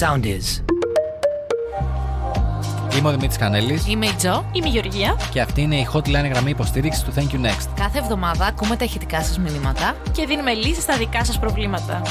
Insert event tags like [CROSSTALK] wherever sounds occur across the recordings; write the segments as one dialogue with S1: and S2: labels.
S1: sound is.
S2: Είμαι ο Δημήτρης Κανέλης
S3: Είμαι η Τζο.
S4: Είμαι η Γεωργία
S2: και αυτή είναι η hotline γραμμή υποστήριξης του Thank You Next.
S3: Κάθε εβδομάδα ακούμε τα ηχητικά σας μηνύματα.
S4: και δίνουμε λύσεις στα δικά σας προβλήματα.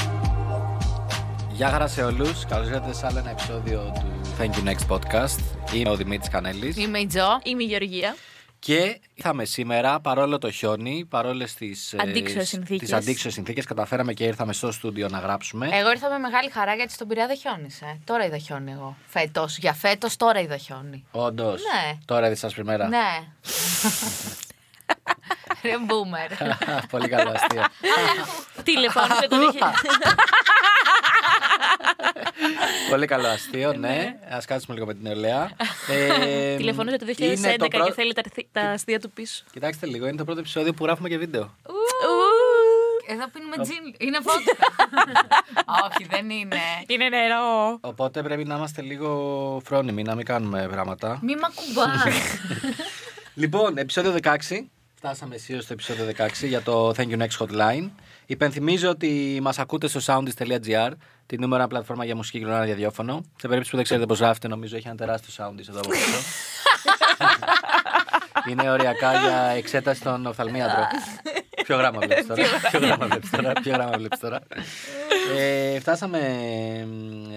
S2: Γεια χαρά σε όλους. Καλώς ήρθατε σε άλλο ένα επεισόδιο του Thank You Next podcast. Είμαι ο Δημήτρης Κανέλης.
S3: Είμαι η Τζο.
S4: Είμαι η Γεωργία.
S2: Και ήρθαμε σήμερα, παρόλο το χιόνι, ε, παρόλες τις
S4: Αντίξωες συνθήκες. Ε,
S2: αντίξωες συνθήκες, καταφέραμε και ήρθαμε στο στούντιο να γράψουμε.
S3: Εγώ ήρθα με μεγάλη χαρά γιατί στον Πειραιά δεν χιόνισε. Τώρα είδα χιόνι εγώ. Φέτος. Για φέτος τώρα είδα χιόνι.
S2: Όντως.
S3: Ναι.
S2: Τώρα είδες σας πριμέρα.
S3: Ναι. Ρε boomer.
S2: [LAUGHS] Πολύ καλό
S4: [LAUGHS]
S2: αστείο.
S4: Τηλεφώνησε το
S2: Πολύ καλό
S4: Ε,
S2: αστείο, ναι. Ας κάτσουμε λίγο με την
S4: [LAUGHS]
S2: νεολαία. Ε,
S4: Τηλεφώνησε το 2011
S2: είναι το πρω-
S4: και θέλει τα, αρθι- τα αστεία του πίσω.
S2: Κοιτάξτε λίγο, είναι το πρώτο επεισόδιο που γράφουμε και βίντεο.
S3: Εδώ πίνουμε τζιν. Είναι βότκα. Όχι, δεν είναι.
S4: Είναι νερό.
S2: Οπότε πρέπει να είμαστε λίγο φρόνιμοι, να μην κάνουμε πράγματα.
S3: Μη μ' ακουμπάς.
S2: λοιπόν, επεισόδιο 16. Φτάσαμε αισίω στο επεισόδιο 16 για το Thank You Next Hotline. Υπενθυμίζω ότι μας ακούτε στο soundis.gr, τη νούμερα πλατφόρμα για μουσική και κοινωνία διαδιόφωνο. Σε περίπτωση που δεν ξέρετε πώς γράφετε, νομίζω έχει ένα τεράστιο soundis εδώ από πίσω. Είναι οριακά για εξέταση στον οφθαλμίατρο. Ποιο γράμμα βλέπεις τώρα. Ποιο γράμμα βλέπει τώρα. Ποιο γράμμα βλέπεις τώρα. Ε, φτάσαμε.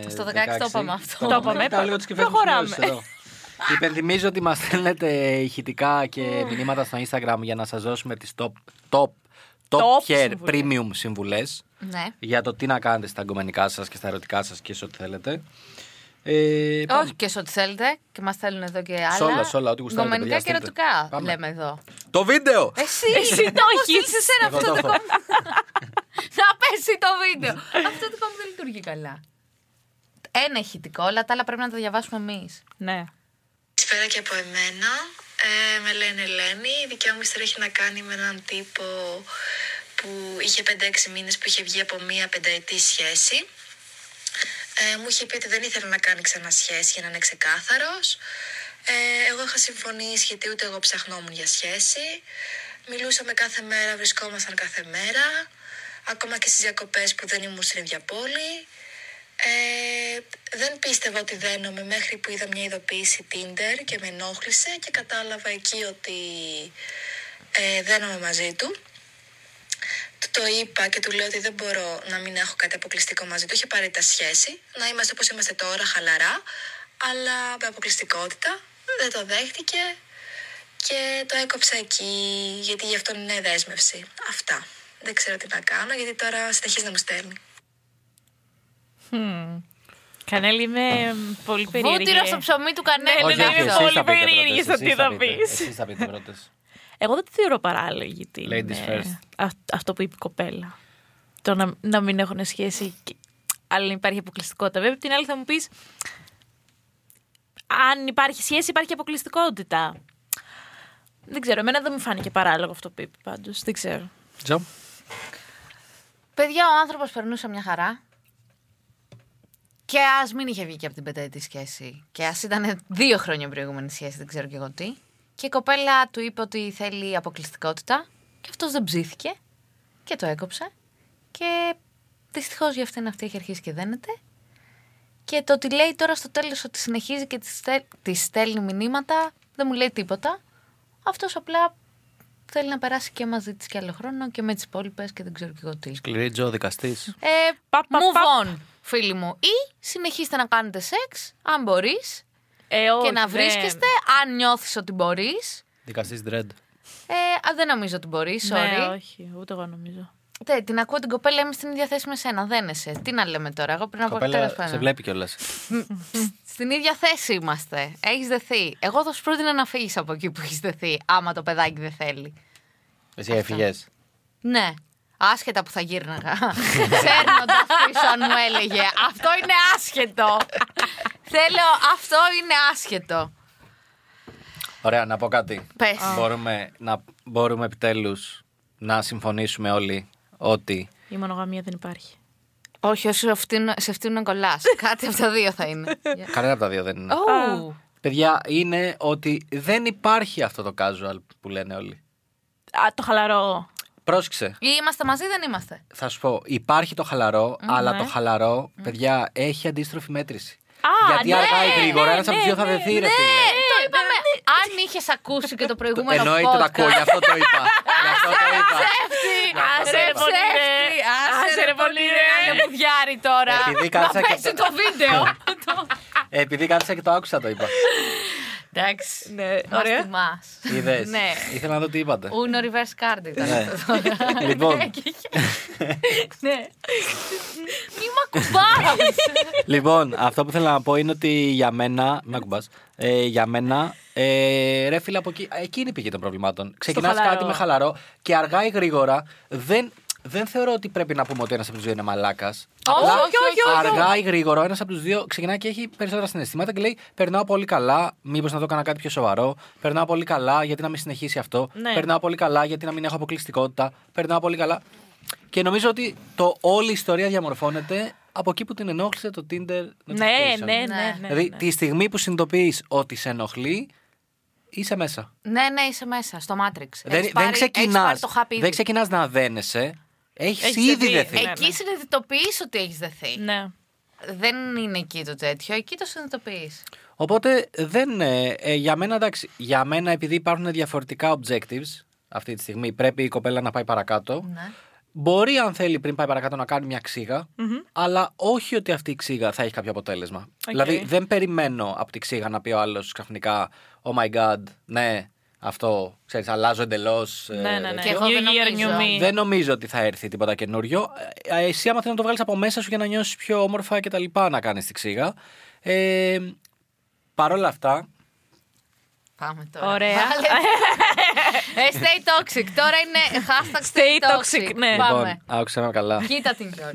S2: ε,
S3: Στο 16 το είπαμε αυτό.
S4: Το είπαμε.
S2: Ήταν λίγο τις κυβέρνησης
S4: Προχωράμε.
S2: μειώσεις εδώ. Υπενθυμίζω ότι μας στέλνετε ηχητικά και μηνύματα στο Instagram για να σας δώσουμε τις top, top, top,
S4: Top
S2: tier
S4: συμβουλές.
S2: premium συμβουλές
S3: Ναι.
S2: για το τι να κάνετε στα αγκομενικά σας και στα ερωτικά σας και σε ό,τι θέλετε. Ε, πάμε.
S3: Όχι και σε ό,τι θέλετε. Και μας θέλουν εδώ και άλλα.
S2: Σε όλα, σε όλα, ό,τι γουστάρετε,
S3: Δομενικά
S2: παιδιά,
S3: και
S2: στείλτε.
S3: ερωτικά
S2: Πάμε.
S3: λέμε εδώ.
S2: Το βίντεο!
S3: Εσύ,
S4: Εσύ Ε, το
S3: Έχω
S4: έχεις.
S3: στείλεις σε σένα
S2: Εγώ
S3: αυτό
S2: το
S3: το
S2: έχω.
S3: κόμμα. Να πέσει το βίντεο. αυτό το κόμμα δεν λειτουργεί καλά. Ένα ηχητικό, όλα τα άλλα πρέπει να τα διαβάσουμε εμείς.
S4: Ναι.
S5: Καλησπέρα και από εμένα. Ε, με λένε Ελένη. Η δικιά μου ιστορία έχει να κάνει με έναν τύπο που είχε 5-6 μήνες που είχε βγει από μία πενταετή σχέση. Ε, μου είχε πει ότι δεν ήθελε να κάνει ξανά σχέση για να είναι ξεκάθαρος. Ε, εγώ είχα συμφωνήσει γιατί ούτε εγώ ψαχνόμουν για σχέση. Μιλούσαμε κάθε μέρα, βρισκόμασταν κάθε μέρα. Ακόμα και στις διακοπές που δεν ήμουν στην ίδια πόλη. Ε, δεν πίστευα ότι δένομαι μέχρι που είδα μια ειδοποίηση Tinder και με ενόχλησε και κατάλαβα εκεί ότι ε, δένομαι μαζί του. Του το είπα και του λέω ότι δεν μπορώ να μην έχω κάτι αποκλειστικό μαζί του. Είχε πάρει τα σχέση, να είμαστε όπως είμαστε τώρα, χαλαρά, αλλά με αποκλειστικότητα. Δεν το δέχτηκε και το έκοψα εκεί, γιατί γι' αυτό είναι δέσμευση. Αυτά. Δεν ξέρω τι να κάνω, γιατί τώρα συνεχίζει να μου στέλνει.
S4: Κανέλη είμαι πολύ περίεργη.
S3: Βούτυρο στο ψωμί του
S4: Ναι,
S3: κανένα.
S2: Όχι,
S4: ναι,
S2: όχι,
S4: είναι
S2: εσείς
S4: πολύ
S2: τα πείτε
S4: περίεργη
S2: πρώτες,
S4: στο
S2: εσείς
S4: τι
S2: τα
S4: θα
S2: πείτε.
S4: πεις.
S2: Εσείς τα πείτε πρώτες.
S4: Εγώ δεν τη θεωρώ παράλογη. την,
S2: Ladies
S4: ε,
S2: first.
S4: αυτ- αυτό που είπε η κοπέλα. Το να, να μην έχουν σχέση, και- αλλά να υπάρχει αποκλειστικότητα. Βέβαια, απ' την άλλη θα μου πεις. Αν υπάρχει σχέση, υπάρχει αποκλειστικότητα. Δεν ξέρω, εμένα δεν μου φάνηκε παράλογο αυτό που είπε πάντως. Δεν ξέρω.
S2: Τζο.
S3: Παιδιά, ο άνθρωπος περνούσε μια χαρά. Και ας μην είχε βγει και από την πενταετή σχέση. Και ας ήταν δύο χρόνια προηγούμενη σχέση, δεν ξέρω κι εγώ τι. Και η κοπέλα του είπε ότι θέλει αποκλειστικότητα. Και αυτός δεν ψήθηκε. Και το έκοψε. Και δυστυχώς για αυτήν αυτή έχει αρχίσει και δένεται. Και το ότι λέει τώρα στο τέλος ότι συνεχίζει και τη στέλ- τη στέλνει μηνύματα, δεν μου λέει τίποτα. Αυτός απλά θέλει να περάσει και μαζί της και άλλο χρόνο και με τις υπόλοιπες και δεν ξέρω κι εγώ τι.
S2: Σκληρή Τζο, δικαστής.
S3: Ε,
S4: Παπ, παπ,
S3: move
S4: παπ.
S3: on, φίλοι μου. Ή συνεχίστε να κάνετε σεξ, αν μπορείς,
S4: Ε,
S3: και
S4: όχι,
S3: να
S4: δεν-
S3: βρίσκεστε, αν νιώθεις ότι μπορείς.
S2: Δικαστής Dread.
S3: Ε, α, δεν νομίζω ότι μπορείς,
S4: Ναι,
S3: sorry.
S4: όχι, ούτε εγώ νομίζω.
S3: Τε, την ακούω την κοπέλα, είμαι στην ίδια θέση με σένα. Δεν είσαι. Τι να λέμε τώρα, εγώ πριν από τέλος
S2: Κοπέλα,
S3: πάντων.
S2: σε βλέπει κιόλας.
S3: Στην ίδια θέση είμαστε. Έχεις δεθεί. Εγώ θα σου πρότεινα να φύγεις από εκεί που έχεις δεθεί, άμα το παιδάκι δεν θέλει.
S2: Εσύ έφυγες.
S3: Ναι. Άσχετα που θα γύρναγα. [LAUGHS] Ξέρω να το αφήσω αν μου έλεγε. Αυτό είναι άσχετο. Θέλω, αυτό είναι άσχετο.
S2: Ωραία, να πω κάτι.
S3: Πες.
S2: Μπορούμε, να, μπορούμε επιτέλους να συμφωνήσουμε όλοι ότι
S4: Η μονογαμία δεν υπάρχει.
S3: Όχι, όσο φτύνω- σε φτύνουν να κολλάς. [LAUGHS] Κάτι από τα δύο θα είναι.
S2: κανένα από τα δύο δεν
S4: Oh.
S2: είναι.
S3: Ου.
S2: Παιδιά, είναι ότι δεν υπάρχει αυτό το casual που λένε όλοι.
S4: Α, το χαλαρό.
S2: Πρόσεξε.
S3: Ή είμαστε μαζί, δεν είμαστε.
S2: Θα σου πω, υπάρχει το χαλαρό,
S4: Mm-hmm.
S2: αλλά
S4: Ναι.
S2: το χαλαρό, παιδιά, έχει αντίστροφη μέτρηση.
S4: Mm. Α,
S2: Γιατί
S4: ναι,
S2: αργά ή
S4: ναι,
S2: γρήγορα
S4: ναι,
S2: ένας από τους
S4: ναι,
S2: δύο θα
S4: ναι,
S2: δεθεί, ρε
S4: ναι.
S2: φίλε.
S3: Το είπαμε. Αν είχες ακούσει και το προηγούμενο.
S2: Εννοείται τα
S3: podcast.
S2: ακούω, γι' αυτό το είπα.
S4: [LAUGHS]
S2: Γι' αυτό το είπα.
S4: Άσε ρε πολύ
S3: Ψεύτη, άσε ρε πολύ ρε, είναι μπουδιάρι τώρα.
S2: Επειδή
S3: Να
S2: κάθισα και
S3: πέσει
S2: το-
S3: το βίντεο.
S2: [LAUGHS] Επειδή κάθισα και το άκουσα, το
S4: [LAUGHS]
S2: είπα.
S3: Εντάξει.
S4: Ναι,
S3: Μας
S4: ωραία.
S3: θυμάς.
S2: Είδες.
S3: Ναι.
S2: Ήθελα να δω τι είπατε.
S3: Uno reverse card ήταν
S2: Ναι.
S3: αυτό τώρα.
S2: [LAUGHS]
S3: [LAUGHS]
S2: Λοιπόν.
S3: Ναι, και- Ναι. Μη μ' ακουμπάς.
S2: λοιπόν, αυτό που θέλω να πω είναι ότι για μένα. Με ακουμπάς. Ε, για μένα. Ε, ρε φίλε, από εκεί, εκεί είναι η πηγή των προβλημάτων. Ξεκινάς
S4: χαλαρό.
S2: κάτι με χαλαρό και αργά ή γρήγορα δεν, δεν θεωρώ ότι πρέπει να πούμε ότι ένας από τους δύο είναι μαλάκας.
S3: όχι, όχι, όχι.
S2: Αργά ή γρήγορα, ένας από τους δύο ξεκινάει και έχει περισσότερα συναισθήματα και λέει: Περνάω πολύ καλά. Μήπως να δω κανένα κάτι πιο σοβαρό. Περνάω πολύ καλά, γιατί να μην συνεχίσει αυτό.
S4: Ναι.
S2: Περνάω πολύ καλά, γιατί να μην έχω αποκλειστικότητα. Περνάω πολύ καλά. Και νομίζω ότι το όλη η ιστορία διαμορφώνεται από εκεί που την ενόχλησε το Tinder.
S4: Ναι,
S2: notification.
S4: ναι,
S3: Ναι.
S4: ναι. ναι,
S2: Δηλαδή,
S4: ναι.
S2: τη στιγμή που συνειδητοποιείς ότι σε ενοχλεί, είσαι μέσα.
S3: Ναι, ναι, είσαι μέσα στο Matrix.
S2: δεν
S3: Έχεις
S2: δεν
S3: πάρει- έχεις πάρει
S2: ξεκινά
S3: το χάπι ήδη.
S2: δεν ξεκινάς να δένεσαι. Έχεις
S4: Έχεις
S2: ήδη
S4: δει.
S2: δεθεί.
S4: Ε, Ναι, ναι.
S3: Εκεί συνειδητοποιείς ότι έχεις δεθεί.
S4: Ναι.
S3: Δεν είναι εκεί το τέτοιο. Εκεί το συνειδητοποιείς.
S2: Οπότε δεν. ε, ε, για μένα, εντάξει. Για μένα, επειδή υπάρχουν διαφορετικά objectives αυτή τη στιγμή, πρέπει η κοπέλα να πάει παρακάτω.
S3: Ναι.
S2: Μπορεί, αν θέλει, πριν πάει παρακάτω να κάνει μια ξύγα, αλλά όχι ότι αυτή η ξύγα θα έχει κάποιο αποτέλεσμα.
S4: Οκ.
S2: Δηλαδή, δεν περιμένω από τη ξύγα να πει ο άλλος ξαφνικά, Oh my god, ναι, αυτό, ξέρεις, αλλάζω ε, εντελώ.
S4: Ναι, ναι, ναι.
S3: Και εγώ
S4: New
S3: δεν
S4: year,
S3: νομίζω.
S4: new me.
S2: Δεν νομίζω ότι θα έρθει τίποτα καινούριο. Ε, ε, Εσύ, άμα θέλει να το βγάλεις από μέσα σου για να νιώσεις πιο όμορφα και τα λοιπά, να κάνεις τη ξύγα. Ε, Παρ' όλα αυτά,
S3: Πάμε τώρα.
S4: Ωραία.
S3: Βάλε- ε, stay toxic. Τώρα είναι hashtag stay,
S4: Stay
S3: toxic.
S4: toxic, ναι.
S3: Πάμε.
S2: λοιπόν, άκουσα με καλά.
S3: [LAUGHS] Κοίτα την κιόλα.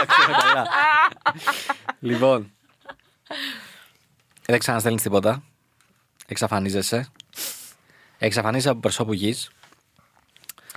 S2: Άκουσα με καλά. λοιπόν. Δεν ξαναστέλνεις τίποτα. Εξαφανίζεσαι. Εξαφανίζεσαι από προσώπου γη.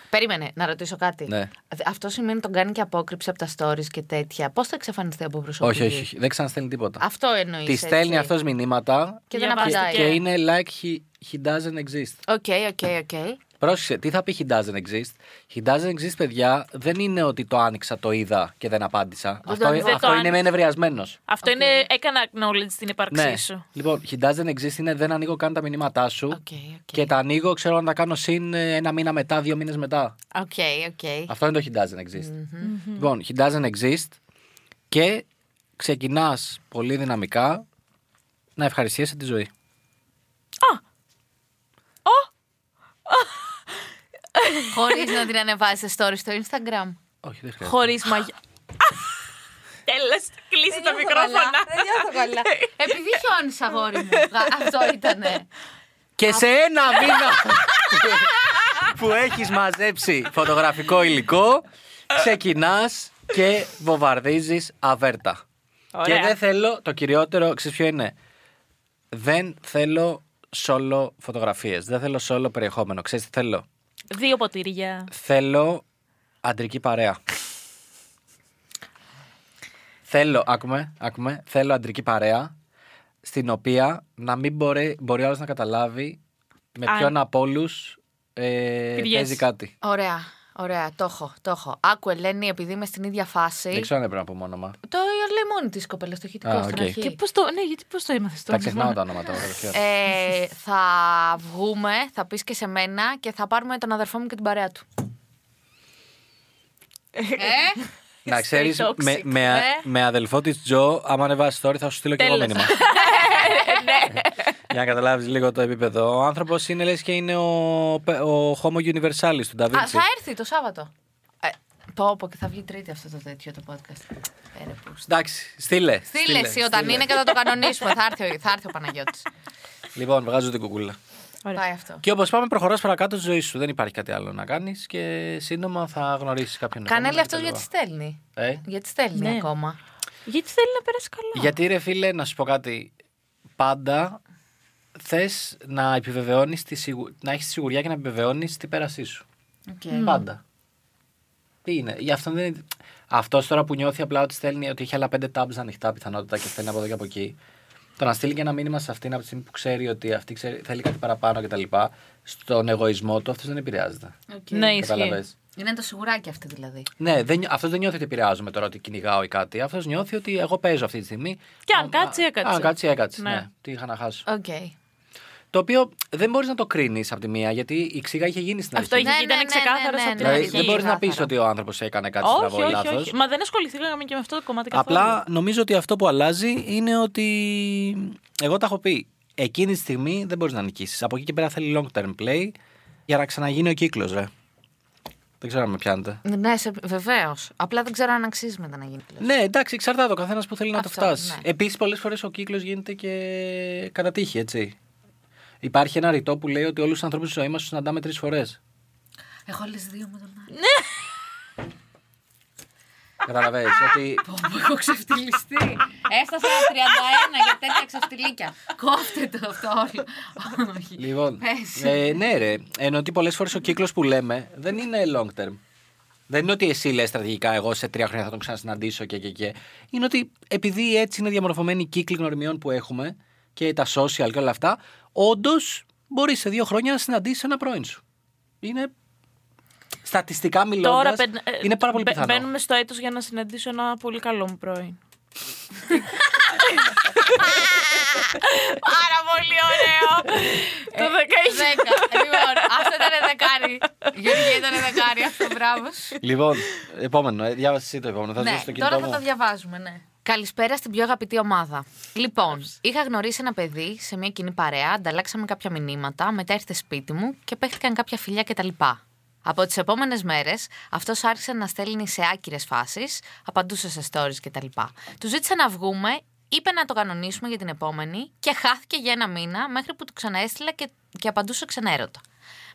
S3: Περίμενε να ρωτήσω κάτι.
S2: Ναι.
S3: Αυτό σημαίνει τον κάνει και απόκρυψη από τα stories και τέτοια. Πώς θα εξαφανιστεί από προσωπική.
S2: Όχι, όχι, όχι. Δεν ξαναστέλνει τίποτα.
S3: Αυτό εννοείς.
S2: Τη στέλνει αυτός μηνύματα
S3: Και δεν
S4: Διαβάστηκε.
S3: απαντάει.
S2: και είναι like he, he doesn't exist.
S3: Οκ, οκ, οκ.
S2: Πρόσεξε, τι θα πει He doesn't exist. He doesn't exist, παιδιά, δεν είναι ότι το άνοιξα, το είδα και δεν απάντησα. αυτό
S4: δεν το
S2: αυτό είναι
S4: άνοιξα.
S2: με ενευριασμένος.
S4: Αυτό είναι. Έκανα acknowledge την ύπαρξή
S2: Ναι.
S4: σου.
S2: Λοιπόν, he doesn't exist είναι δεν ανοίγω καν τα μηνύματά σου.
S3: Οκ, οκ.
S2: Και τα ανοίγω, ξέρω αν τα κάνω συν ε, ένα μήνα μετά, δύο μήνες μετά.
S3: Οκ,
S2: [LAUGHS]
S3: οκ.
S2: Αυτό είναι το he doesn't exist. Λοιπόν, he doesn't exist και ξεκινάς πολύ δυναμικά να ευχαριστιέσαι τη ζωή.
S3: Χωρίς να την ανεβάζει story στο Instagram.
S2: Όχι, δεν χρειάζεται.
S4: Χωρίς μαγιά. [LAUGHS] Τέλος, κλείσει τα μικρόφωνα.
S3: Δεν νιώθω καλά. [LAUGHS] Επειδή χιόνι, αγόρι
S4: [LAUGHS]
S3: μου. Α, Αυτό ήτανε.
S2: Και σε ένα μήνα [LAUGHS] που- που έχεις μαζέψει φωτογραφικό υλικό, ξεκινάς και βομβαρδίζεις αβέρτα.
S4: Ωραία.
S2: Και δεν θέλω, το κυριότερο, ξέρεις ποιο είναι, δεν θέλω solo φωτογραφίες, δεν θέλω solo περιεχόμενο. Ξέρεις τι θέλω,
S4: Δύο ποτήρια.
S2: θέλω αντρική παρέα. θέλω, άκουμε, άκουμε, θέλω αντρική παρέα στην οποία να μην μπορεί, μπορεί άλλος να καταλάβει με
S4: Α.
S2: ποιον από όλους ε,
S4: Πυριές.
S2: παίζει κάτι.
S3: Ωραία, ωραία, το έχω, το έχω. Άκου, Ελένη, επειδή είμαι στην ίδια φάση.
S2: Δεν ξέρω αν έπρεπε να πω όνομα.
S3: Το λέει μόνη της κοπέλας, το
S2: Ναι.
S3: χητικό
S2: Α,
S3: στην
S2: οκ.
S4: Και
S3: αρχή.
S4: πώς το. Ναι, γιατί πώς το έμαθες
S2: Τα
S4: τώρα.
S2: ξεχνάω τα ονόματα. βεβαίως.
S3: Ε, θα βγούμε, θα πεις και σε μένα και θα πάρουμε τον αδερφό μου και την παρέα
S4: [LAUGHS]
S3: του. ε,
S2: να ξέρεις,
S4: toxic,
S2: με, με, α-
S3: ε.
S2: με αδελφό της Τζο, άμα ανεβάσει story, θα σου στείλω και εγώ
S4: Τέλος.
S2: μήνυμα. Για να καταλάβεις λίγο το επίπεδο. Ο άνθρωπος είναι λες και είναι ο, πε- ο Homo Universalis του Da Vinci.
S3: α, θα έρθει το Σάββατο. Ε, πω, πω, και θα βγει τρίτη αυτό το τέτοιο το podcast. Ε, ρε, πούστη.
S2: Εντάξει, στείλε.
S3: Στείλε εσύ όταν είναι και θα το κανονίσουμε. θα, έρθει, ο- θα έρθει ο Παναγιώτης.
S2: Λοιπόν, βγάζω την κουκούλα.
S4: [LAUGHS] Ωραία.
S3: Πάει αυτό.
S2: Και όπως πάμε, προχωράς παρακάτω τη ζωή σου. Δεν υπάρχει κάτι άλλο να κάνεις και σύντομα θα γνωρίσεις κάποιον.
S3: Κανέλη
S2: επόμενο
S3: αυτό γιατί
S2: κτλ.
S3: στέλνει.
S2: Ε?
S3: Γιατί στέλνει
S4: Ναι.
S3: ακόμα.
S4: Γιατί θέλει να περάσει καλά.
S2: Γιατί ρε φίλε, να σου πω κάτι. Πάντα θες να επιβεβαιώνεις, σιγου... να έχεις τη σιγουριά και να επιβεβαιώνεις την πέρασή σου. Ε, Πάντα. Τι είναι. Γι' αυτό δεν είναι. Αυτός τώρα που νιώθει απλά ότι στέλνει ότι έχει άλλα πέντε tabs ανοιχτά πιθανότητα και στέλνει από εδώ και από εκεί. Το να στείλει και ένα μήνυμα σε αυτήν από τη στιγμή που ξέρει ότι αυτή ξέρει, θέλει κάτι παραπάνω κτλ. Στον εγωισμό του αυτός δεν επηρεάζεται.
S4: Ναι, ισχύει.
S2: Κατάλαβες.
S3: Είναι το σιγουράκι αυτή δηλαδή.
S2: Ναι, δεν, αυτός δεν νιώθει ότι επηρεάζομαι τώρα ότι κυνηγάω ή κάτι. Αυτός νιώθει ότι εγώ παίζω αυτή τη στιγμή.
S4: Και αν κάτσει, έκατσε.
S2: Αν κάτσει, έκατσε. Ναι.
S4: Ναι.
S2: Τι είχα να χάσω.
S3: Οκ.
S2: Το οποίο δεν μπορείς να το κρίνεις από τη μία, γιατί η ξύγα είχε γίνει στην αρχή.
S4: Αυτό είχε
S3: Ναι, ναι,
S4: ήταν
S3: ναι,
S4: ξεκάθαρο
S3: ναι, ναι,
S4: από την
S3: ναι.
S2: Δηλαδή,
S4: αρχή.
S2: δεν μπορείς να πεις
S3: Ξεκάθαρα.
S2: ότι ο άνθρωπος έκανε κάτι
S4: Όχι,
S2: στραβό ή
S4: όχι,
S2: λάθος.
S4: όχι. Μα δεν ασχοληθήκαμε και με αυτό το κομμάτι καθόλου.
S2: Απλά νομίζω ότι αυτό που αλλάζει είναι ότι. Εγώ τα έχω πει. Εκείνη τη στιγμή δεν μπορείς να νικήσεις. Από εκεί και πέρα θέλει long term play για να ξαναγίνει ο κύκλος, ρε. Δεν ξέρω αν με πιάνετε.
S3: Ναι, σε... βεβαίως. Απλά δεν ξέρω αν αξίζει μετά να γίνει πλέον.
S2: Ναι, εντάξει, εξαρτάται ο καθένας που θέλει να το
S3: Αυτό,
S2: φτάσει.
S3: ναι.
S2: Επίσης, πολλές φορές ο κύκλος γίνεται και κατά τύχη, έτσι. Υπάρχει ένα ρητό που λέει ότι όλους τους ανθρώπους στη ζωή μας τους συναντάμε τρεις φορές.
S3: Έχω άλλες δύο με τον άλλο.
S2: Καταλαβαίνεις ότι
S3: Όπου έχω ξεφτυλιστεί. Έφτασα 31 για τέτοια ξεφτυλίκια. Κόφτε το αυτό όλο. Όχι. [LAUGHS]
S2: Λοιπόν,
S3: Πες.
S2: ε, ναι ρε, ενώ ότι πολλές φορές ο κύκλος που λέμε δεν είναι long term. Δεν είναι ότι εσύ λες στρατηγικά εγώ σε τρία χρόνια θα τον ξανασυναντήσω και και και. Είναι ότι επειδή έτσι είναι διαμορφωμένοι οι κύκλοι γνωριμιών που έχουμε και τα social και όλα αυτά, όντως μπορείς σε δύο χρόνια να συναντήσεις ένα πρώην σου. Είναι στατιστικά
S4: Τώρα
S2: μιλώντας,
S4: μπαίν- ε,
S2: είναι πάρα πολύ
S4: μπα-
S2: πιθανό.
S4: Μπαίνουμε στο έτος για να συναντήσω ένα πολύ καλό μου πρώην.
S3: Πάρα πολύ ωραίο.
S4: Το 19.
S3: Δέκα. Λοιπόν, αυτό ήταν δεκάρι. Γεωργία ήταν δεκάρι. Αυτό μπράβο. σου.
S2: Λοιπόν, επόμενο, ε, διάβασες εσύ το επόμενο. Θα
S3: ναι,
S2: ζήσω το κινητό
S3: τώρα θα
S2: μου.
S3: τα διαβάζουμε, ναι. Καλησπέρα στην πιο αγαπητή ομάδα. Λοιπόν, είχα γνωρίσει ένα παιδί σε μια κοινή παρέα, ανταλλάξαμε κάποια μηνύματα, μετά ήρθε σπίτι μου και παίχτηκαν κάποια φιλιά κτλ. Από τις επόμενες μέρες, αυτός άρχισε να στέλνει σε άκυρες φάσεις, απαντούσε σε stories κτλ. Του ζήτησα να βγούμε, είπε να το κανονίσουμε για την επόμενη και χάθηκε για ένα μήνα μέχρι που του ξαναέστειλα και, και απαντούσε ξανέρωτα.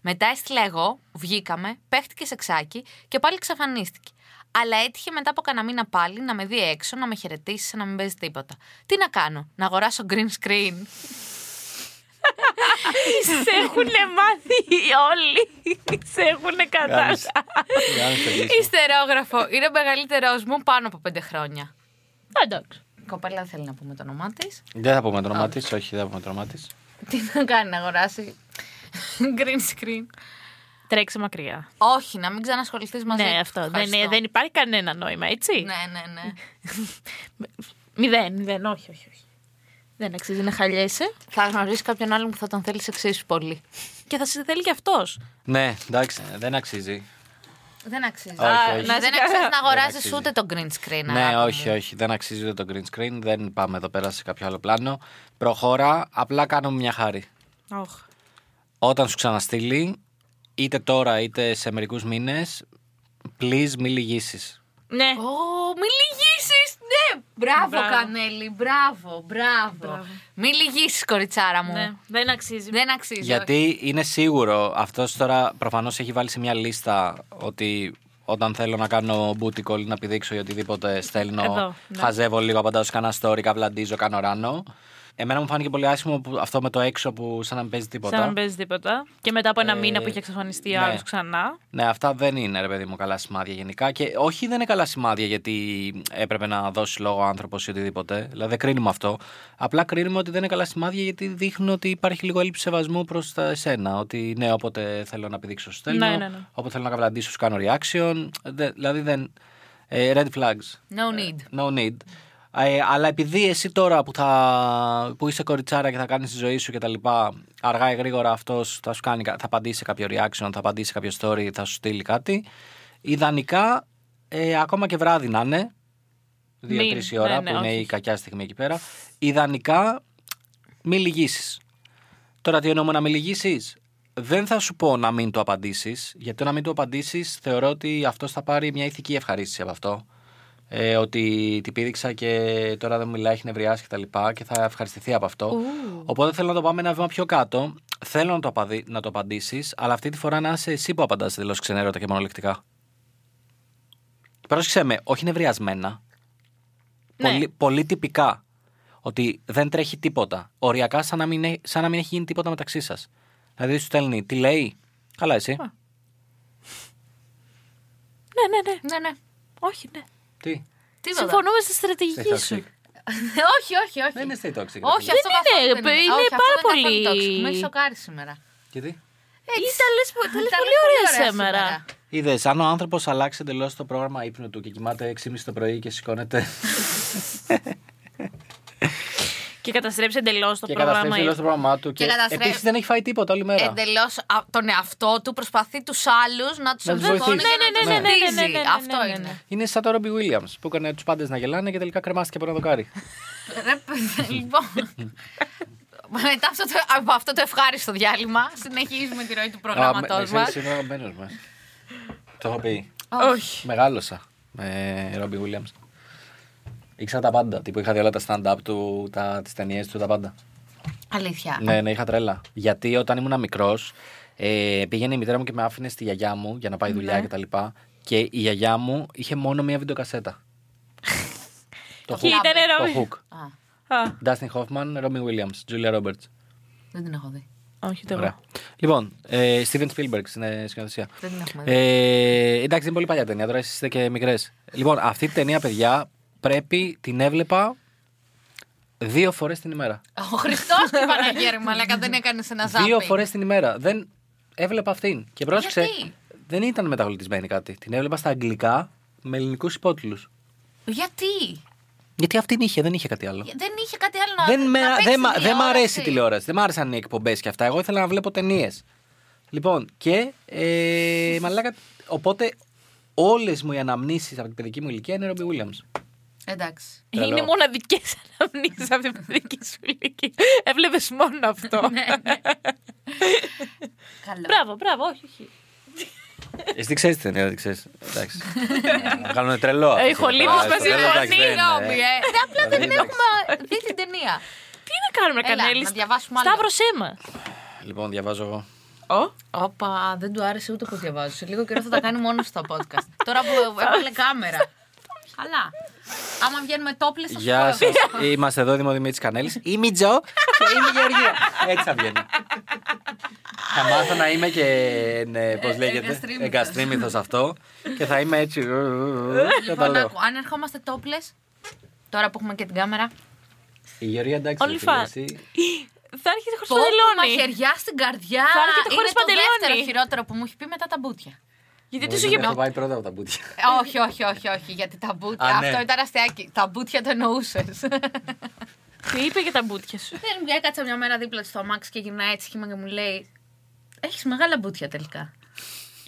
S3: Μετά έστειλα εγώ, βγήκαμε, παίχτηκε σεξάκι και πάλι ξαφανίστηκε. Αλλά έτυχε μετά από κανένα μήνα πάλι να με δει έξω, να με χαιρετήσει, σαν να μην παίζει τίποτα. Τι να κάνω, να αγοράσω green screen.
S4: Σε έχουν μάθει όλοι. Σε έχουν
S2: Κάνεις-
S4: κατάλαβει.
S2: κάνεις το λύση.
S3: Ιστερόγραφο. Είναι ο μεγαλύτερός μου πάνω από πέντε χρόνια.
S4: Εντάξει.
S3: Η κοπέλα δεν θέλει να πούμε το όνομά της.
S2: Δεν θα πούμε το όνομά της, όχι, δεν θα πούμε το όνομά της.
S3: Τι να κάνει, να αγοράσει green screen.
S4: Τρέξε μακριά.
S3: Όχι, να μην ξανασχοληθείς μαζί
S4: Ναι,
S3: του.
S4: αυτό. Δεν,
S3: Ευχαριστώ.
S4: είναι- δεν υπάρχει κανένα νόημα, έτσι.
S3: Ναι, ναι, ναι.
S4: Μηδέν, μηδέν. Όχι, όχι, όχι. Δεν αξίζει να χαλιέσαι.
S3: θα γνωρίσει κάποιον άλλον που θα τον θέλεις εξίσου πολύ.
S4: Και θα σε θέλει κι αυτός.
S2: Ναι, εντάξει, δεν αξίζει.
S3: Δεν αξίζει.
S2: Όχι,
S3: Α, Να
S2: όχι.
S4: Δεν
S3: δεν αξίζει να
S2: αξίζει.
S3: αγοράζει ούτε το green screen. αγάπη
S2: Ναι,
S3: μου.
S2: όχι, όχι. Δεν αξίζει ούτε το green screen. Δεν πάμε εδώ πέρα σε κάποιο άλλο πλάνο. Προχώρα. Απλά κάνουμε μια χάρη.
S4: Οχ.
S2: Όταν σου ξαναστείλει, είτε τώρα είτε σε μερικούς μήνες, please μη λυγίσεις.
S4: Ναι.
S3: Ω, μη λυγίσεις! Ναι! Μπράβο,
S4: Μπράβο.
S3: Κανέλη, μπράβο, μπράβο. Μη λυγίσεις, κοριτσάρα μου.
S4: ναι. Δεν αξίζει.
S3: Δεν αξίζει.
S2: Γιατί είναι σίγουρο, αυτός τώρα προφανώς έχει βάλει σε μια λίστα ότι όταν θέλω να κάνω booty call ή να πηδήξω ή οτιδήποτε, στέλνω,
S4: Εδώ, ναι.
S2: χαζεύω λίγο, απαντάω σε κανένα story, καβλαντίζω, κάνω ράνο. Εμένα μου φάνηκε πολύ άσχημο που, αυτό με το έξω που σαν να μην παίζει τίποτα.
S4: Σαν να μην παίζει τίποτα. Και μετά από ένα
S2: Ε,
S4: μήνα που είχε εξαφανιστεί
S2: ναι.
S4: άλλος ξανά.
S2: Ναι, αυτά δεν είναι, ρε παιδί μου, καλά σημάδια γενικά. Και όχι, δεν είναι καλά σημάδια γιατί έπρεπε να δώσει λόγο άνθρωπος ή οτιδήποτε. Δηλαδή, δεν κρίνουμε αυτό. Απλά κρίνουμε ότι δεν είναι καλά σημάδια γιατί δείχνουν ότι υπάρχει λίγο έλλειψη σεβασμού προς εσένα. Ότι ναι, όποτε θέλω να πηδήξω, σου στέλνω.
S4: Ναι, ναι, ναι.
S2: Όποτε θέλω να καβλαντήσω, σου κάνω reaction. Δε- δηλαδή, δεν. ε, red flags.
S3: No need.
S2: No need. Ε, αλλά επειδή εσύ τώρα που, θα, που είσαι κοριτσάρα και θα κάνεις τη ζωή σου και τα λοιπά, αργά ή γρήγορα αυτός θα σου κάνει, κα- θα απαντήσει σε κάποιο reaction, θα απαντήσει σε κάποιο story, θα σου στείλει κάτι. Ιδανικά, ε, ακόμα και βράδυ να είναι,
S4: Μην,
S2: 2-3 η
S4: ναι,
S2: ώρα
S4: ναι,
S2: που είναι
S4: όχι.
S2: η κακιά στιγμή εκεί πέρα, ιδανικά μη λυγίσεις. Τώρα τι εννοούμε να μην λυγίσεις. Δεν θα σου πω να μην το απαντήσεις, γιατί το να μην το απαντήσεις θεωρώ ότι αυτός θα πάρει μια ηθική ευχαρίστηση από αυτό. Ε, ότι την πήδηξα και τώρα δεν μου μιλάει, έχει νευριάσει κτλ. Και, και θα ευχαριστηθεί από αυτό. Οπότε θέλω να το πάμε ένα βήμα πιο κάτω. Θέλω να το, απαδει- να το απαντήσεις, αλλά αυτή τη φορά να είσαι εσύ που απαντάς τελώ ξενέρωτα και μονολεκτικά. Πρόσεξε με, όχι νευριασμένα.
S4: Ναι.
S2: Πολύ, πολύ τυπικά. Ότι δεν τρέχει τίποτα. Οριακά σαν να μην, έ- σαν να μην έχει γίνει τίποτα μεταξύ σας. Δηλαδή σου στέλνει, τι λέει. Καλά, εσύ.
S4: Ναι, ναι, ναι.
S3: Ναι, ναι.
S4: Όχι, ναι.
S2: Τι.
S3: Τίποτα.
S4: Συμφωνούμε στη στρατηγική
S2: Είσαι
S4: σου.
S2: toxic.
S3: [LAUGHS] όχι, όχι, όχι.
S2: Δεν είναι stay toxic. ρε
S3: Όχι,
S2: φίλε.
S3: αυτό
S4: είναι,
S3: καθόλου
S4: είναι
S3: Όχι, αυτό
S4: πάρα
S3: δεν είναι
S4: πολύ-
S3: καθόλου toxic. Με έχει σοκάρει σήμερα.
S2: Γιατί.
S4: Ή τα λες πο- τα λες
S3: Τα
S4: πολύ ωραία σήμερα.
S2: Είδες, αν ο άνθρωπος αλλάξει εντελώς το πρόγραμμα ύπνου του και κοιμάται 6.30 το πρωί και σηκώνεται.
S4: Και καταστρέψει εντελώς
S2: [LAUGHS]
S4: το
S2: και
S4: πρόγραμμα.
S2: καταστρέφει εντελώς το πρόγραμμά του. Και,
S3: καταστρέφει-
S2: επίσης δεν έχει φάει τίποτα όλη
S4: Ε,
S2: μέρα.
S3: Εντελώς τον εαυτό του προσπαθεί τους άλλους να τους
S2: Να τους
S3: ενδεχόνει.
S2: βοηθήσει.
S4: Ναι, ναι, ναι, ναι, ναι, ναι, ναι, ναι,
S3: Αυτό
S4: ναι, ναι.
S3: είναι.
S2: Είναι σαν το Ρόμπι Βίλιαμ που έκανε τους πάντες να γελάνε και τελικά κρεμάστηκε από ένα δοκάρι.
S3: Ρε, παιδιά, λοιπόν. Μετά αυτό το, από αυτό το ευχάριστο διάλειμμα, συνεχίζουμε τη ροή του προγράμματό μα.
S2: Είμαι αγαπημένο μας. Το έχω πει.
S4: Όχι.
S2: Μεγάλωσα με Ρόμπι Βίλιαμ. Ήξερα τα πάντα. Τύπου είχα δει όλα τα stand-up του, τα, τις ταινίες του, τα πάντα.
S3: Αλήθεια.
S2: Ναι, ναι, είχα τρέλα. Γιατί όταν ήμουν μικρός, ε, πήγαινε η μητέρα μου και με άφηνε στη γιαγιά μου για να πάει δουλειά κτλ. Και, τα λοιπά, και η γιαγιά μου είχε μόνο μία βιντεοκασέτα. το
S4: Και ήταν
S2: Το
S4: Ρώμη.
S2: Hook.
S3: Α,
S4: Α,
S2: Dustin Hoffman, Robin Williams, Julia Roberts.
S3: δεν την έχω δει.
S4: Όχι, το
S2: Ωραία.
S4: εγώ.
S2: Λοιπόν, ε, Steven Spielberg στην ε, σκηνοθεσία.
S3: Δεν την έχουμε δει.
S2: Ε, εντάξει, είναι πολύ παλιά ταινία, τώρα εσείς είστε και μικρές. Λοιπόν, αυτή η ταινία, παιδιά, πρέπει την έβλεπα δύο φορές την ημέρα.
S3: Ο Χριστός και η Παναγία ρε Μαλάκα δεν έκανες ένα ζάπι.
S2: Δύο φορές την ημέρα. Δεν έβλεπα αυτήν. Και πρόσεξε.
S3: Γιατί?
S2: Δεν ήταν μεταγλωτισμένη κάτι. Την έβλεπα στα αγγλικά με ελληνικούς υπότιτλους.
S3: Γιατί?
S2: Γιατί αυτήν είχε, δεν είχε κάτι άλλο.
S3: Δεν είχε κάτι άλλο να
S2: δεν με,
S3: να παίξει
S2: δεν μα-
S3: στην
S2: δεν μ' αρέσει η
S3: τηλεόραση.
S2: τηλεόραση. Δεν μ' άρεσαν οι εκπομπές και αυτά. Εγώ ήθελα να βλέπω ταινίες. Λοιπόν, και. Ε, μαλάκα, οπότε όλες μου οι αναμνήσεις από την παιδική μου ηλικία είναι Ρόμπι Williams.
S3: Εντάξει.
S2: Τρελό.
S4: Είναι μοναδικές [LAUGHS] αναμνήσεις από την παιδική σου ηλικία. Έβλεπες μόνο αυτό.
S3: Καλό.
S4: Μπράβο, μπράβο, όχι. όχι.
S2: Εσύ τι ξέρεις την ταινία, δεν ξέρεις. Εντάξει.
S3: [LAUGHS]
S2: Κάνουν τρελό.
S4: Ε, η Χολύπος μας
S3: Συγγνώμη, ε. Ε, Απλά δεν έχουμε δει την ταινία.
S4: Τι να κάνουμε,
S3: Έλα,
S4: Κανέλη.
S3: να διαβάσουμε άλλο.
S4: Σταύρωσέ μα.
S2: Λοιπόν, διαβάζω εγώ.
S4: Ω.
S3: Όπα, δεν του άρεσε ούτε που διαβάζω. Σε λίγο καιρό θα τα κάνει μόνο στο podcast. Τώρα που έβαλε κάμερα. Αλλά. Άμα βγαίνουμε τόπλες, θα σου πω
S2: Γεια
S3: εγώ.
S2: σας. Είμαστε εδώ, Δήμο Δημήτρης Κανέλης. Είμαι η Τζο και είμαι η Γεωργία. Έτσι θα βγαίνει. θα μάθω να είμαι και. Ναι,
S4: Ε,
S2: Πώ λέγεται.
S3: εγκαστρίμηθος.
S2: Εγκαστρίμηθος αυτό. Και θα είμαι έτσι. Θα τα
S3: Λοιπόν,
S2: λέω.
S3: άκου, αν ερχόμαστε τόπλες, τώρα που έχουμε και την κάμερα.
S2: Η Γεωργία εντάξει.
S4: Όλοι
S2: ρε φίλε,
S4: φαν.
S2: εσύ.
S4: [LAUGHS] Θα έρχεται χωρίς
S3: Πω, πω,
S4: παντελόνι.
S3: Μαχαιριά στην καρδιά.
S4: Θα έρχεται χωρίς
S3: Είναι
S4: παντελόνι.
S3: το δεύτερο χειρότερο που μου έχει πει μετά τα μπούτια.
S4: Γιατί του
S2: Νομίζω
S4: είχε
S2: ότι Έχω πάει πρώτα από τα μπουτια.
S3: Ε, όχι, όχι, όχι, όχι, γιατί τα μπούτια.
S2: Α, ναι.
S3: Αυτό ήταν αστείακι. Τα μπούτια το εννοούσες.
S4: Τι είπε για τα μπούτια σου.
S3: Δεν έκατσα μια μέρα δίπλα του στο αμάξι και γυρνάει έτσι χύμα και μου λέει. Έχεις μεγάλα μπούτια τελικά.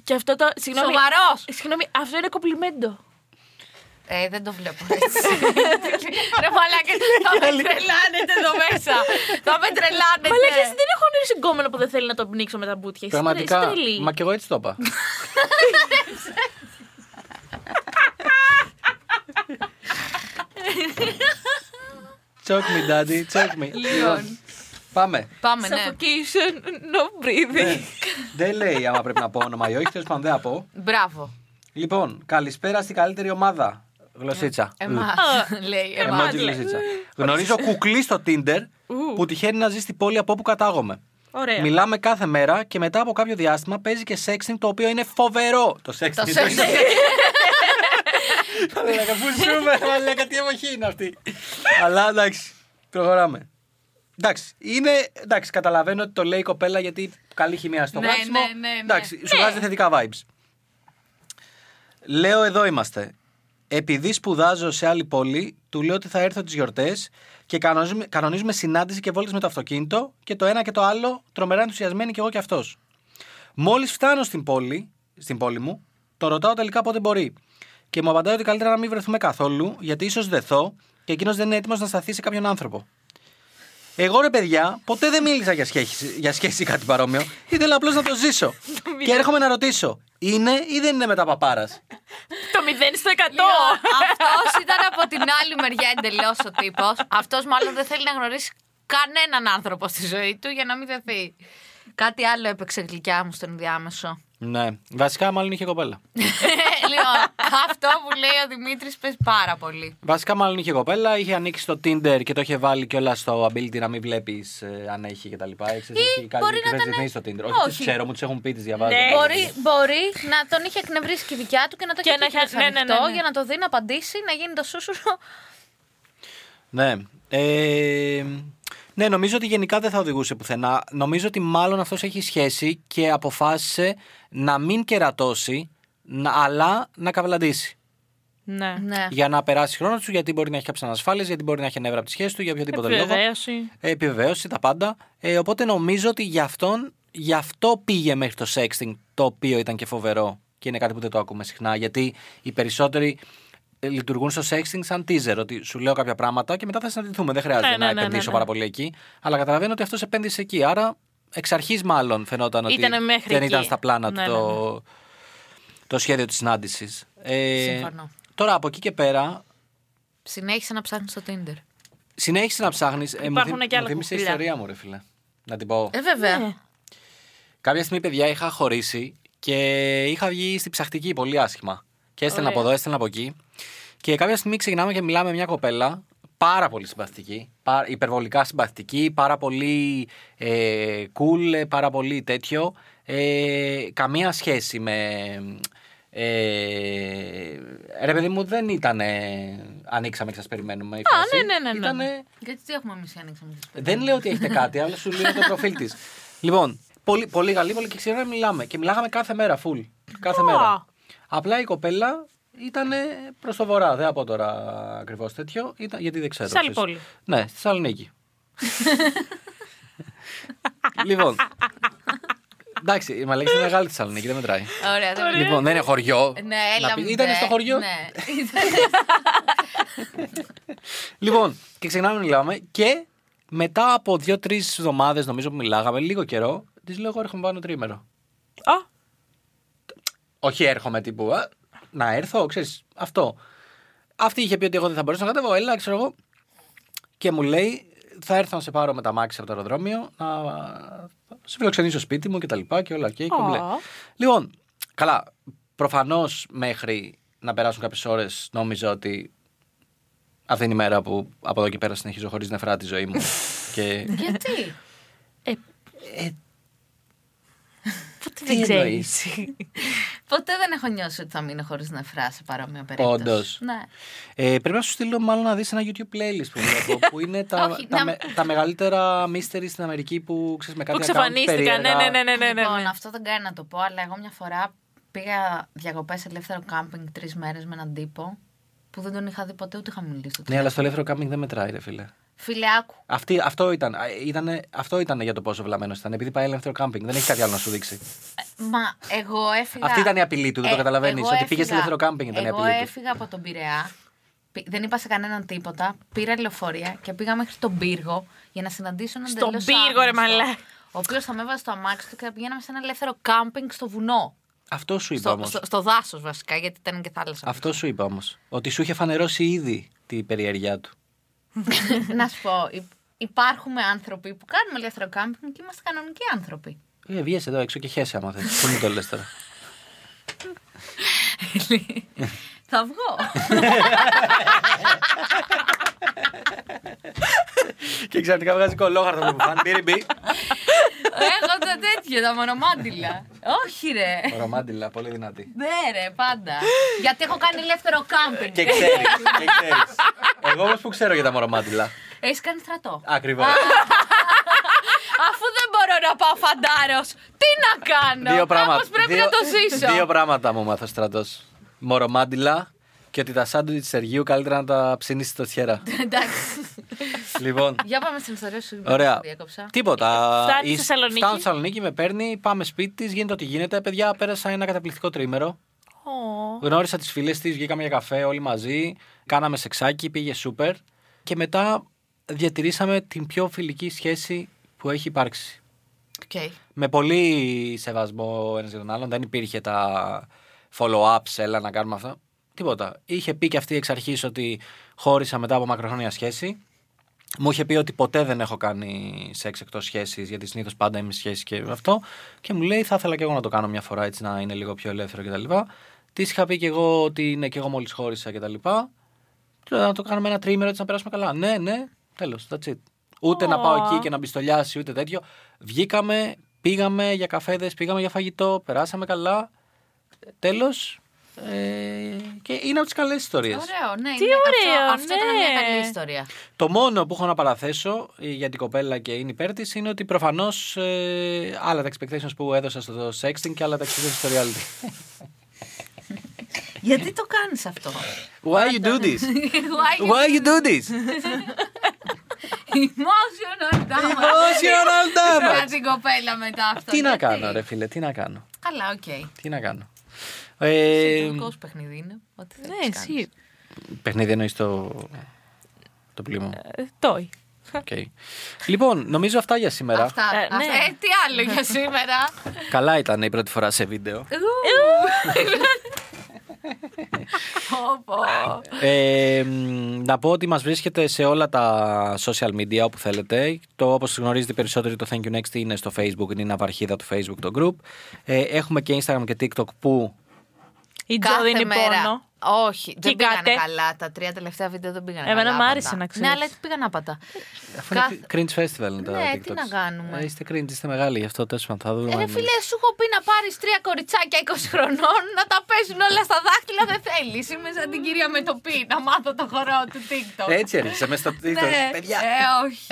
S4: Και αυτό το. Συγγνώμη.
S3: Σοβαρός!
S4: Συγγνώμη, αυτό είναι κομπλιμέντο.
S3: Ε, δεν το βλέπω έτσι. Ρε μαλάκα, θα με τρελάνετε εδώ μέσα. Θα με τρελάνετε.
S4: Αλλά και εσύ δεν έχω όνειρο συγκόμενο που δεν θέλει να τον πνίξω με τα μπούτια. Εσύ
S2: Πραγματικά.
S4: είσαι τρελή.
S2: Μα και εγώ έτσι το
S4: [LAUGHS]
S2: είπα. Choke me, daddy, choke me. Λοιπόν, Πάμε.
S3: Πάμε, ναι.
S4: Suffocation,
S2: Ε,
S4: no breathing.
S2: Δεν λέει άμα πρέπει να πω όνομα ή όχι, τέλος πάντων δεν θα πω.
S3: Μπράβο.
S2: Λοιπόν, καλησπέρα στην καλύτερη ομάδα. Γλωσσίτσα.
S3: Εμά. Λέει,
S2: Ε,
S3: εμάς.
S2: emoji γλωσσίτσα. Γνωρίζω κουκλί στο Tinder
S4: Ου. Ε.
S2: που τυχαίνει να ζει στην πόλη από όπου κατάγομαι.
S4: Ωραία.
S2: Μιλάμε κάθε μέρα και μετά από κάποιο διάστημα παίζει και sexting το οποίο είναι φοβερό. Το sexting.
S3: Το σεξ.
S2: Μαλάκα, πού [LAUGHS] ζούμε, μαλάκα, τι εποχή είναι αυτή. Αλλά εντάξει, προχωράμε. Εντάξει, είναι, εντάξει, καταλαβαίνω ότι το λέει η κοπέλα γιατί καλή χημεία στο
S3: Ναι,
S2: γράψιμο.
S3: ναι, ναι, ναι.
S2: Εντάξει, σου βγάζει θετικά vibes. Λέω εδώ είμαστε. Επειδή σπουδάζω σε άλλη πόλη, του λέω ότι θα έρθω τις γιορτές και κανονίζουμε, κανονίζουμε συνάντηση και βόλτες με το αυτοκίνητο και το ένα και το άλλο τρομερά ενθουσιασμένοι και εγώ και αυτός. Μόλις φτάνω στην πόλη, στην πόλη μου, το ρωτάω τελικά πότε μπορεί. Και μου απαντάει ότι καλύτερα να μην βρεθούμε καθόλου, γιατί ίσως δεθώ και εκείνος δεν είναι έτοιμος να σταθεί σε κάποιον άνθρωπο. Εγώ ρε παιδιά, ποτέ δεν μίλησα για σχέση, για σχέση ή κάτι παρόμοιο. Ήθελα απλώς να το ζήσω. και έρχομαι να ρωτήσω, είναι ή δεν είναι με τα παπάρας.
S4: Το 0 στο 100.
S3: Αυτός ήταν από την άλλη μεριά εντελώς ο τύπος. Αυτός μάλλον δεν θέλει να γνωρίσει κανέναν άνθρωπο στη ζωή του για να μην δεθεί. Κάτι άλλο έπαιξε γλυκιά μου στον [LAUGHS] ενδιάμεσο.
S2: ναι. Βασικά, μάλλον είχε κοπέλα.
S3: λοιπόν, αυτό που λέει ο Δημήτρης πες πάρα πολύ.
S2: Βασικά, μάλλον είχε κοπέλα, είχε ανοίξει το Tinder και το είχε βάλει κιόλα στο ability να μην βλέπεις αν έχει κτλ. Ή
S3: μπορεί να ήταν-
S2: στο Tinder.
S3: Όχι.
S2: Όχι, τις ξέρω, μου τι έχουν πει, τις διαβάζω.
S4: Ναι.
S3: Μπορεί, μπορεί να τον είχε εκνευρίσει και η δικιά του Ε. και να το
S4: Και
S3: είχε
S4: να
S3: πει
S4: είχε-
S3: ναι,
S4: ναι, ναι, ναι, ναι.
S3: για να το δει να απαντήσει, να γίνει το σούσουρο.
S2: Ναι. Ε, ναι, νομίζω ότι γενικά δεν θα οδηγούσε πουθενά. Νομίζω ότι μάλλον αυτός έχει σχέση και αποφάσισε να μην κερατώσει, να- αλλά να καβλαντήσει.
S4: Ναι.
S3: Ναι.
S2: Για να περάσει χρόνο του, γιατί μπορεί να έχει κάποιες ανασφάλειες, γιατί μπορεί να έχει νεύρα από τη σχέση του, για οποιοδήποτε λόγο.
S4: Επιβεβαίωση.
S2: Ε, επιβεβαίωση, τα πάντα. Ε, οπότε νομίζω ότι γι' αυτόν, γι' αυτό πήγε μέχρι το sexting, το οποίο ήταν και φοβερό και είναι κάτι που δεν το ακούμε συχνά. Γιατί οι περισσότεροι ε, λειτουργούν στο sexting σαν teaser, ότι σου λέω κάποια πράγματα και μετά θα συναντηθούμε. Δεν χρειάζεται
S4: Ναι, ναι,
S2: να
S4: ναι,
S2: επενδύσω
S4: ναι, ναι.
S2: πάρα πολύ εκεί. Αλλά καταλαβαίνω ότι αυτός επένδυσε εκεί. Άρα εξ αρχής μάλλον φαινόταν
S4: Ήτανε
S2: ότι
S4: μέχρι
S2: δεν
S4: εκεί.
S2: ήταν στα πλάνα του
S4: Ναι, ναι,
S2: το, το σχέδιο της συνάντησης. Ε,
S3: Συμφωνώ.
S2: Τώρα από εκεί και πέρα,
S3: Συνέχισα να ψάχνεις στο Tinder.
S2: Συνέχισε να ψάχνεις. Ε, μου
S4: Υπάρχουν
S2: θύμ-
S4: και άλλα
S2: μου θύμισε
S4: κουκουλιά.
S2: ιστορία μου, ρε φίλε. Να την πω.
S3: Ε, βέβαια.
S4: Ναι.
S2: Κάποια στιγμή, παιδιά, είχα χωρίσει και είχα βγει στη ψαχτική πολύ άσχημα. Και έστελνα
S4: Ωραία.
S2: από εδώ, έστελνα από εκεί. Και κάποια στιγμή ξεκινάμε και μιλάμε με μια κοπέλα πάρα πολύ συμπαθητική. πα- Υπερβολικά συμπαθητική, πάρα πολύ ε, cool, ε, πάρα πολύ τέτοιο. Ε, καμία σχέση με. Ε, ρε παιδί μου δεν ήταν ανοίξαμε και σας περιμένουμε η
S4: Α,
S2: φάση.
S4: ναι, ναι, ναι, ναι.
S2: Ήτανε
S3: Γιατί τι έχουμε εμείς ανοίξαμε.
S2: δεν λέω ότι έχετε κάτι, αλλά σου λέω το προφίλ της. Λοιπόν, πολύ, πολύ καλή, πολύ και ξέρω να μιλάμε. Και μιλάγαμε κάθε μέρα, full. Κάθε
S4: Ω.
S2: μέρα. Απλά η κοπέλα ήταν προς το βορρά. Δεν θα πω τώρα ακριβώς τέτοιο, ήταν, γιατί δεν ξέρω.
S4: Σε άλλη
S2: ξέρεις.
S4: πόλη.
S2: Ναι, στη Θεσσαλονίκη. λοιπόν. Εντάξει, η Μαλέξη είναι μεγάλη στη Θεσσαλονίκη, δεν μετράει.
S3: Ωραία, δεν
S2: λοιπόν, δεν είναι χωριό.
S3: Ναι, έλα μου.
S2: Ήταν
S3: ντε.
S2: στο χωριό. [LAUGHS]
S3: Ναι.
S2: Λοιπόν, και ξεκινάμε να μιλάμε και μετά από δύο-τρει εβδομάδες, νομίζω που μιλάγαμε, λίγο καιρό, της λέω: Εγώ έρχομαι πάνω τρίμερο.
S4: Α,
S2: Όχι, έρχομαι τύπου. «Α, να έρθω, ξέρεις, αυτό. Αυτή είχε πει ότι εγώ δεν θα μπορέσω να κατέβω, έλα, ξέρω εγώ. Και μου λέει: Θα έρθω να σε πάρω με τα μάξι από το αεροδρόμιο, να σε φιλοξενήσω σπίτι μου και τα λοιπά και όλα. Και,
S4: Ω.
S2: κομπλέ. Λοιπόν, καλά. Προφανώς μέχρι να περάσουν κάποιες ώρες νόμιζα ότι αυτή είναι η μέρα που από εδώ και πέρα συνεχίζω χωρίς νεφρά τη ζωή μου. και.
S3: Γιατί.
S4: ε,
S2: Ε,
S4: πότε
S2: Τι
S4: δεν ξέρεις.
S3: Ποτέ δεν έχω νιώσει ότι θα μείνω χωρίς νεφρά σε παρόμοια περίπτωση.
S2: Όντως.
S3: Ναι.
S2: Ε, πρέπει να σου στείλω μάλλον να δεις ένα YouTube playlist που βλέπω,
S4: [LAUGHS]
S2: που είναι τα,
S3: Όχι,
S2: τα,
S3: να-
S2: με- τα μεγαλύτερα mystery στην Αμερική που ξέρεις με
S4: Που
S2: κάτι account
S4: εξαφανίστηκαν. Ναι,
S2: περίεργα.
S4: ναι, ναι, ναι, ναι,
S3: λοιπόν,
S4: ναι.
S3: αυτό δεν κάνει να το πω, αλλά εγώ μια φορά πήγα διακοπές σε ελεύθερο κάμπινγκ τρεις μέρες με έναν τύπο που δεν τον είχα δει ποτέ ούτε είχα μιλήσει. στο
S2: Ναι, αλλά στο ελεύθερο κάμπινγκ δεν μετράει, ρε φίλε.
S3: Φίλε, άκου.
S2: Αυτή, αυτό, ήταν, Α, ήτανε, αυτό ήταν για το πόσο βλαμμένος ήταν. Επειδή πάει ελεύθερο κάμπινγκ, δεν έχει κάτι άλλο να σου δείξει.
S3: Ε, Μα εγώ έφυγα. Ε,
S2: Αυτή ήταν η απειλή του, δεν το καταλαβαίνεις,
S3: εγώ
S2: ότι
S3: έφυγα-
S2: πήγες σε ελεύθερο κάμπινγκ ήταν η
S3: εγώ
S2: απειλή του.
S3: έφυγα από τον Πειραιά. πη- Δεν είπα σε κανέναν τίποτα. Πήρα λεωφορεία και πήγα μέχρι τον πύργο για να συναντήσω έναν
S4: Στον
S3: τελείως
S4: πύργο, ρε
S3: άγνωστο,
S4: μαλά.
S3: Ο οποίος θα με έβαζε στο αμάξι του και θα πηγαίναμε σε ένα ελεύθερο κάμπινγκ στο βουνό.
S2: Αυτό σου είπα
S3: Στο,
S2: όμως.
S3: στο, στο δάσος βασικά, γιατί ήταν και θάλασσα.
S2: Αυτό σου είπα όμως. Ότι σου είχε φανερώσει ήδη την περιέργειά του.
S3: [LAUGHS] να σου πω, υ- υπάρχουμε άνθρωποι που κάνουμε ελεύθερο κάμπινγκ και είμαστε κανονικοί
S2: [LAUGHS]
S3: άνθρωποι.
S2: Ε, βγες εδώ έξω και χέσαι άμα θες. Πού μου το λες τώρα.
S3: θα
S2: [LAUGHS]
S3: βγω.
S2: και ξαφνικά βγάζει [LAUGHS] κολόχαρτο που φάνηκε. Μπίριμπι.
S3: Έχω τα τέτοια, τα μονομάντιλα. Όχι ρε.
S2: Ρομάντιλα, πολύ δυνατή.
S3: Ναι, ρε, πάντα. Γιατί έχω κάνει ελεύθερο κάμπινγκ.
S2: Και ξέρεις. και ξέρεις. Εγώ όμως που ξέρω για τα μορομάντιλα.
S3: Έχεις κάνει στρατό.
S2: Ακριβώς.
S3: Αφού δεν μπορώ να πάω φαντάρος, τι να
S2: [LAUGHS]
S3: κάνω. Κάπως
S2: δύο πράγματα.
S3: ναι, πρέπει
S2: δύο-
S3: να το ζήσω.
S2: Δύο πράγματα μου μάθω στρατός. Μορομάντιλα και ότι τα σάντουιτ της Σεργίου καλύτερα να τα ψήνει στο
S3: [LAUGHS]
S2: τσιέρα.
S3: Εντάξει.
S2: λοιπόν.
S3: Για πάμε στην ιστορία σου. συγγνώμη
S2: Ωραία.
S3: που Διέκοψα.
S2: Τίποτα.
S4: Φτάνει
S2: Εις-
S4: στη Θεσσαλονίκη.
S2: Φτάνω στη Θεσσαλονίκη, με παίρνει, πάμε σπίτι της, γίνεται ό,τι γίνεται. Παιδιά, πέρασα ένα καταπληκτικό τρίμερο.
S4: Ω.
S2: Γνώρισα τις φίλες της, βγήκαμε για καφέ όλοι μαζί. Κάναμε σεξάκι, πήγε σούπερ. Και μετά διατηρήσαμε την πιο φιλική σχέση που έχει υπάρξει.
S3: Οκ.
S2: Με πολύ σεβασμό ένας για τον άλλον. Δεν υπήρχε τα follow-ups, έλα να κάνουμε αυτά. Τίποτα. Είχε πει και αυτή εξ αρχής ότι χώρισα μετά από μακροχρόνια σχέση. Μου είχε πει ότι ποτέ δεν έχω κάνει σεξ εκτός σχέσης, γιατί συνήθως πάντα είμαι σχέση και αυτό. Και μου λέει, θα ήθελα και εγώ να το κάνω μια φορά έτσι να είναι λίγο πιο ελεύθερο κτλ. Τη είχα πει και εγώ ότι ναι, και εγώ μόλις χώρισα κτλ. Του λέω, να το κάνουμε ένα τρίμερο έτσι να περάσουμε καλά. Ναι, ναι, τέλος. That's it. Ούτε να πάω εκεί και να μπιστολιάσει, ούτε τέτοιο. Βγήκαμε, πήγαμε για καφέδες, πήγαμε για φαγητό, περάσαμε καλά. Τέλος. Ε, και είναι από τις καλές ιστορίες.
S3: Ωραίο, ναι.
S4: Τι
S3: είναι-
S4: ωραίο,
S3: αυτό, αυτό ήταν μια
S4: ναι.
S3: καλή ιστορία.
S2: Το μόνο που έχω να παραθέσω ε, για την κοπέλα και είναι υπέρ της είναι ότι προφανώς ε, άλλα τα expectations που έδωσα στο sexting και άλλα τα expectations στο reality.
S3: Γιατί το κάνεις [LAUGHS] αυτό.
S2: Why you do
S3: [LAUGHS]
S2: this?
S3: Why you-
S2: Why you do this?
S3: Emotional damage.
S2: Emotional
S3: Βράζει
S2: damage.
S3: την κοπέλα μετά αυτό.
S2: Τι να
S3: Γιατί?
S2: κάνω, ρε φίλε, τι να κάνω.
S3: Καλά, οκ. Okay.
S2: Τι να κάνω. Ε,
S3: σου παιχνίδι είναι. Ό,τι θέλεις
S4: Ναι,
S3: κάνεις.
S4: εσύ.
S2: παιχνίδι εννοείς το. Το πλήμα.
S4: Ε, Τόι.
S2: Okay. Λοιπόν, νομίζω αυτά για σήμερα.
S3: Αυτά.
S4: Ε,
S3: αυτά.
S4: ναι.
S3: Ε, τι άλλο για σήμερα.
S2: Καλά ήταν η πρώτη φορά σε βίντεο.
S3: Πω, πω.
S2: Ε, μ, να πω ότι μας βρίσκεται σε όλα τα social media όπου θέλετε. Το όπως γνωρίζετε περισσότερο το Thank You Next είναι στο facebook, είναι η ναυαρχίδα του facebook το group. Ε, έχουμε και instagram και tiktok που
S4: Η Τζο
S3: Κάθε
S4: δίνει
S3: μέρα.
S4: πόνο.
S3: Όχι, δεν πήγανε
S4: Κοιτάτε.
S3: καλά. Τα τρία τελευταία βίντεο δεν πήγανε
S4: Εμένα
S3: καλά.
S4: μ' άρεσε
S3: άπατα.
S4: να ξέρεις. Ε,
S3: Ναι, αλλά τι πήγαν άπατα.
S2: αφού
S3: Κάθε-
S2: είναι cringe festival είναι τα
S3: Ναι, τι
S2: TikToks.
S3: να κάνουμε.
S2: Ε, είστε cringe, είστε μεγάλοι γι' αυτό τόσο θα δούμε.
S3: Ε, Ρε
S2: αν-
S3: φίλε, σου έχω πει να πάρεις τρία κοριτσάκια 20 χρονών να τα παίζουν όλα στα δάχτυλα. Δεν θέλεις. Είμαι σαν την κυρία Μετοπή να μάθω το χορό του TikTok.
S2: Έτσι έριξε μέσα στο TikTok.
S3: Ναι.
S2: Ε, Παιδιά,
S3: Ε, όχι.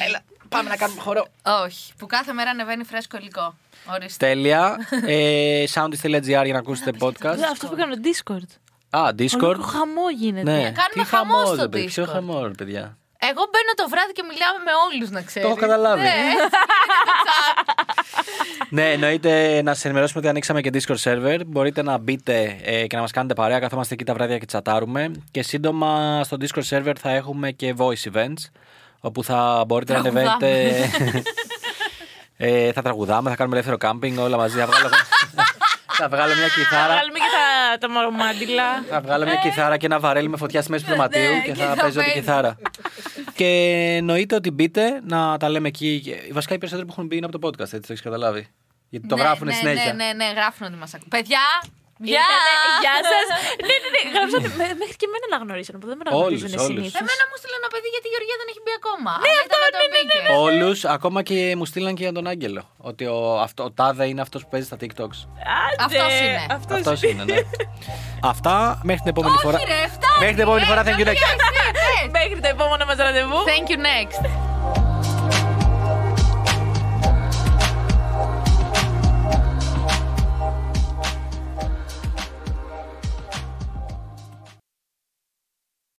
S2: πάμε να κάνουμε χορό.
S3: Όχι. Που κάθε μέρα ανεβαίνει φρέσκο υλικό. Ορίστε.
S2: Τέλεια. Ε, soundist.gr για να ακούσετε podcast.
S4: Ε, Αυτό που έκανε το Discord.
S2: Α,
S4: Ολόκληρο
S2: Discord.
S4: χαμό γίνεται.
S2: Ναι.
S3: Κάνουμε
S2: Τι
S3: χαμό στο
S2: ρε παιδί, Ποιο
S3: Discord.
S2: χαμό, ρε παιδιά.
S3: Εγώ μπαίνω το βράδυ και μιλάω με όλους, να ξέρεις.
S2: Το έχω καταλάβει. ναι, εννοείται να σας ενημερώσουμε ότι ανοίξαμε και Discord server. Μπορείτε να μπείτε ε, και να μας κάνετε παρέα. Καθόμαστε εκεί τα βράδια και τσατάρουμε. Και σύντομα στο Discord server θα έχουμε και voice events. Όπου θα μπορείτε να
S4: Τραγουδάμε.
S2: ανεβαίνετε. ε, θα τραγουδάμε, θα κάνουμε ελεύθερο κάμπινγκ όλα μαζί. Θα βγάλω, θα βγάλω μια
S4: Θα
S2: κιθάρα.
S4: βγάλουμε και τα, τα μαρομάντιλα.
S2: Θα βγάλω μια κιθάρα και ένα βαρέλι με φωτιά στη μέση του δωματίου και
S3: Ε. Ναι, και
S2: θα
S3: θα
S2: παίζω την
S3: παίζει.
S2: κιθάρα. και εννοείται ότι μπείτε να τα λέμε εκεί. Και- Βασικά οι περισσότεροι που έχουν μπει είναι από το podcast, έτσι το έχεις καταλάβει. Γιατί το γράφουν
S3: ναι,
S2: συνέχεια.
S3: Ναι, ναι, ναι, γράφουν ότι μας ακούν. Παιδιά, ε, γεια!
S4: Γεια! Γεια σας! Ναι, ναι, ναι. Γράψατε. με- Μέχρι και εμένα να γνωρίσανε που δεν με
S2: Όλους,
S4: γνωρίζουν
S2: όλους.
S4: συνήθως.
S3: Εμένα μου στείλε ένα παιδί γιατί η Γεωργία δεν έχει μπει ακόμα. Ναι, αυτό είναι. Ναι, ναι,
S2: Όλους, ακόμα και μου στείλαν και για τον Άγγελο. Ότι ο, αυτό, ο Τάδε είναι αυτός που παίζει στα TikToks.
S3: Αυτός είναι.
S2: Αυτός είναι, ναι. Αυτά μέχρι την επόμενη φορά.
S3: Όχι, ρε, φτάνει.
S2: Μέχρι την επόμενη
S3: ρε,
S2: φορά, thank you
S3: παιδιά,
S2: next.
S3: εσύ, πες.
S4: Μέχρι το επόμενο μας ραντεβού.
S3: Thank you next.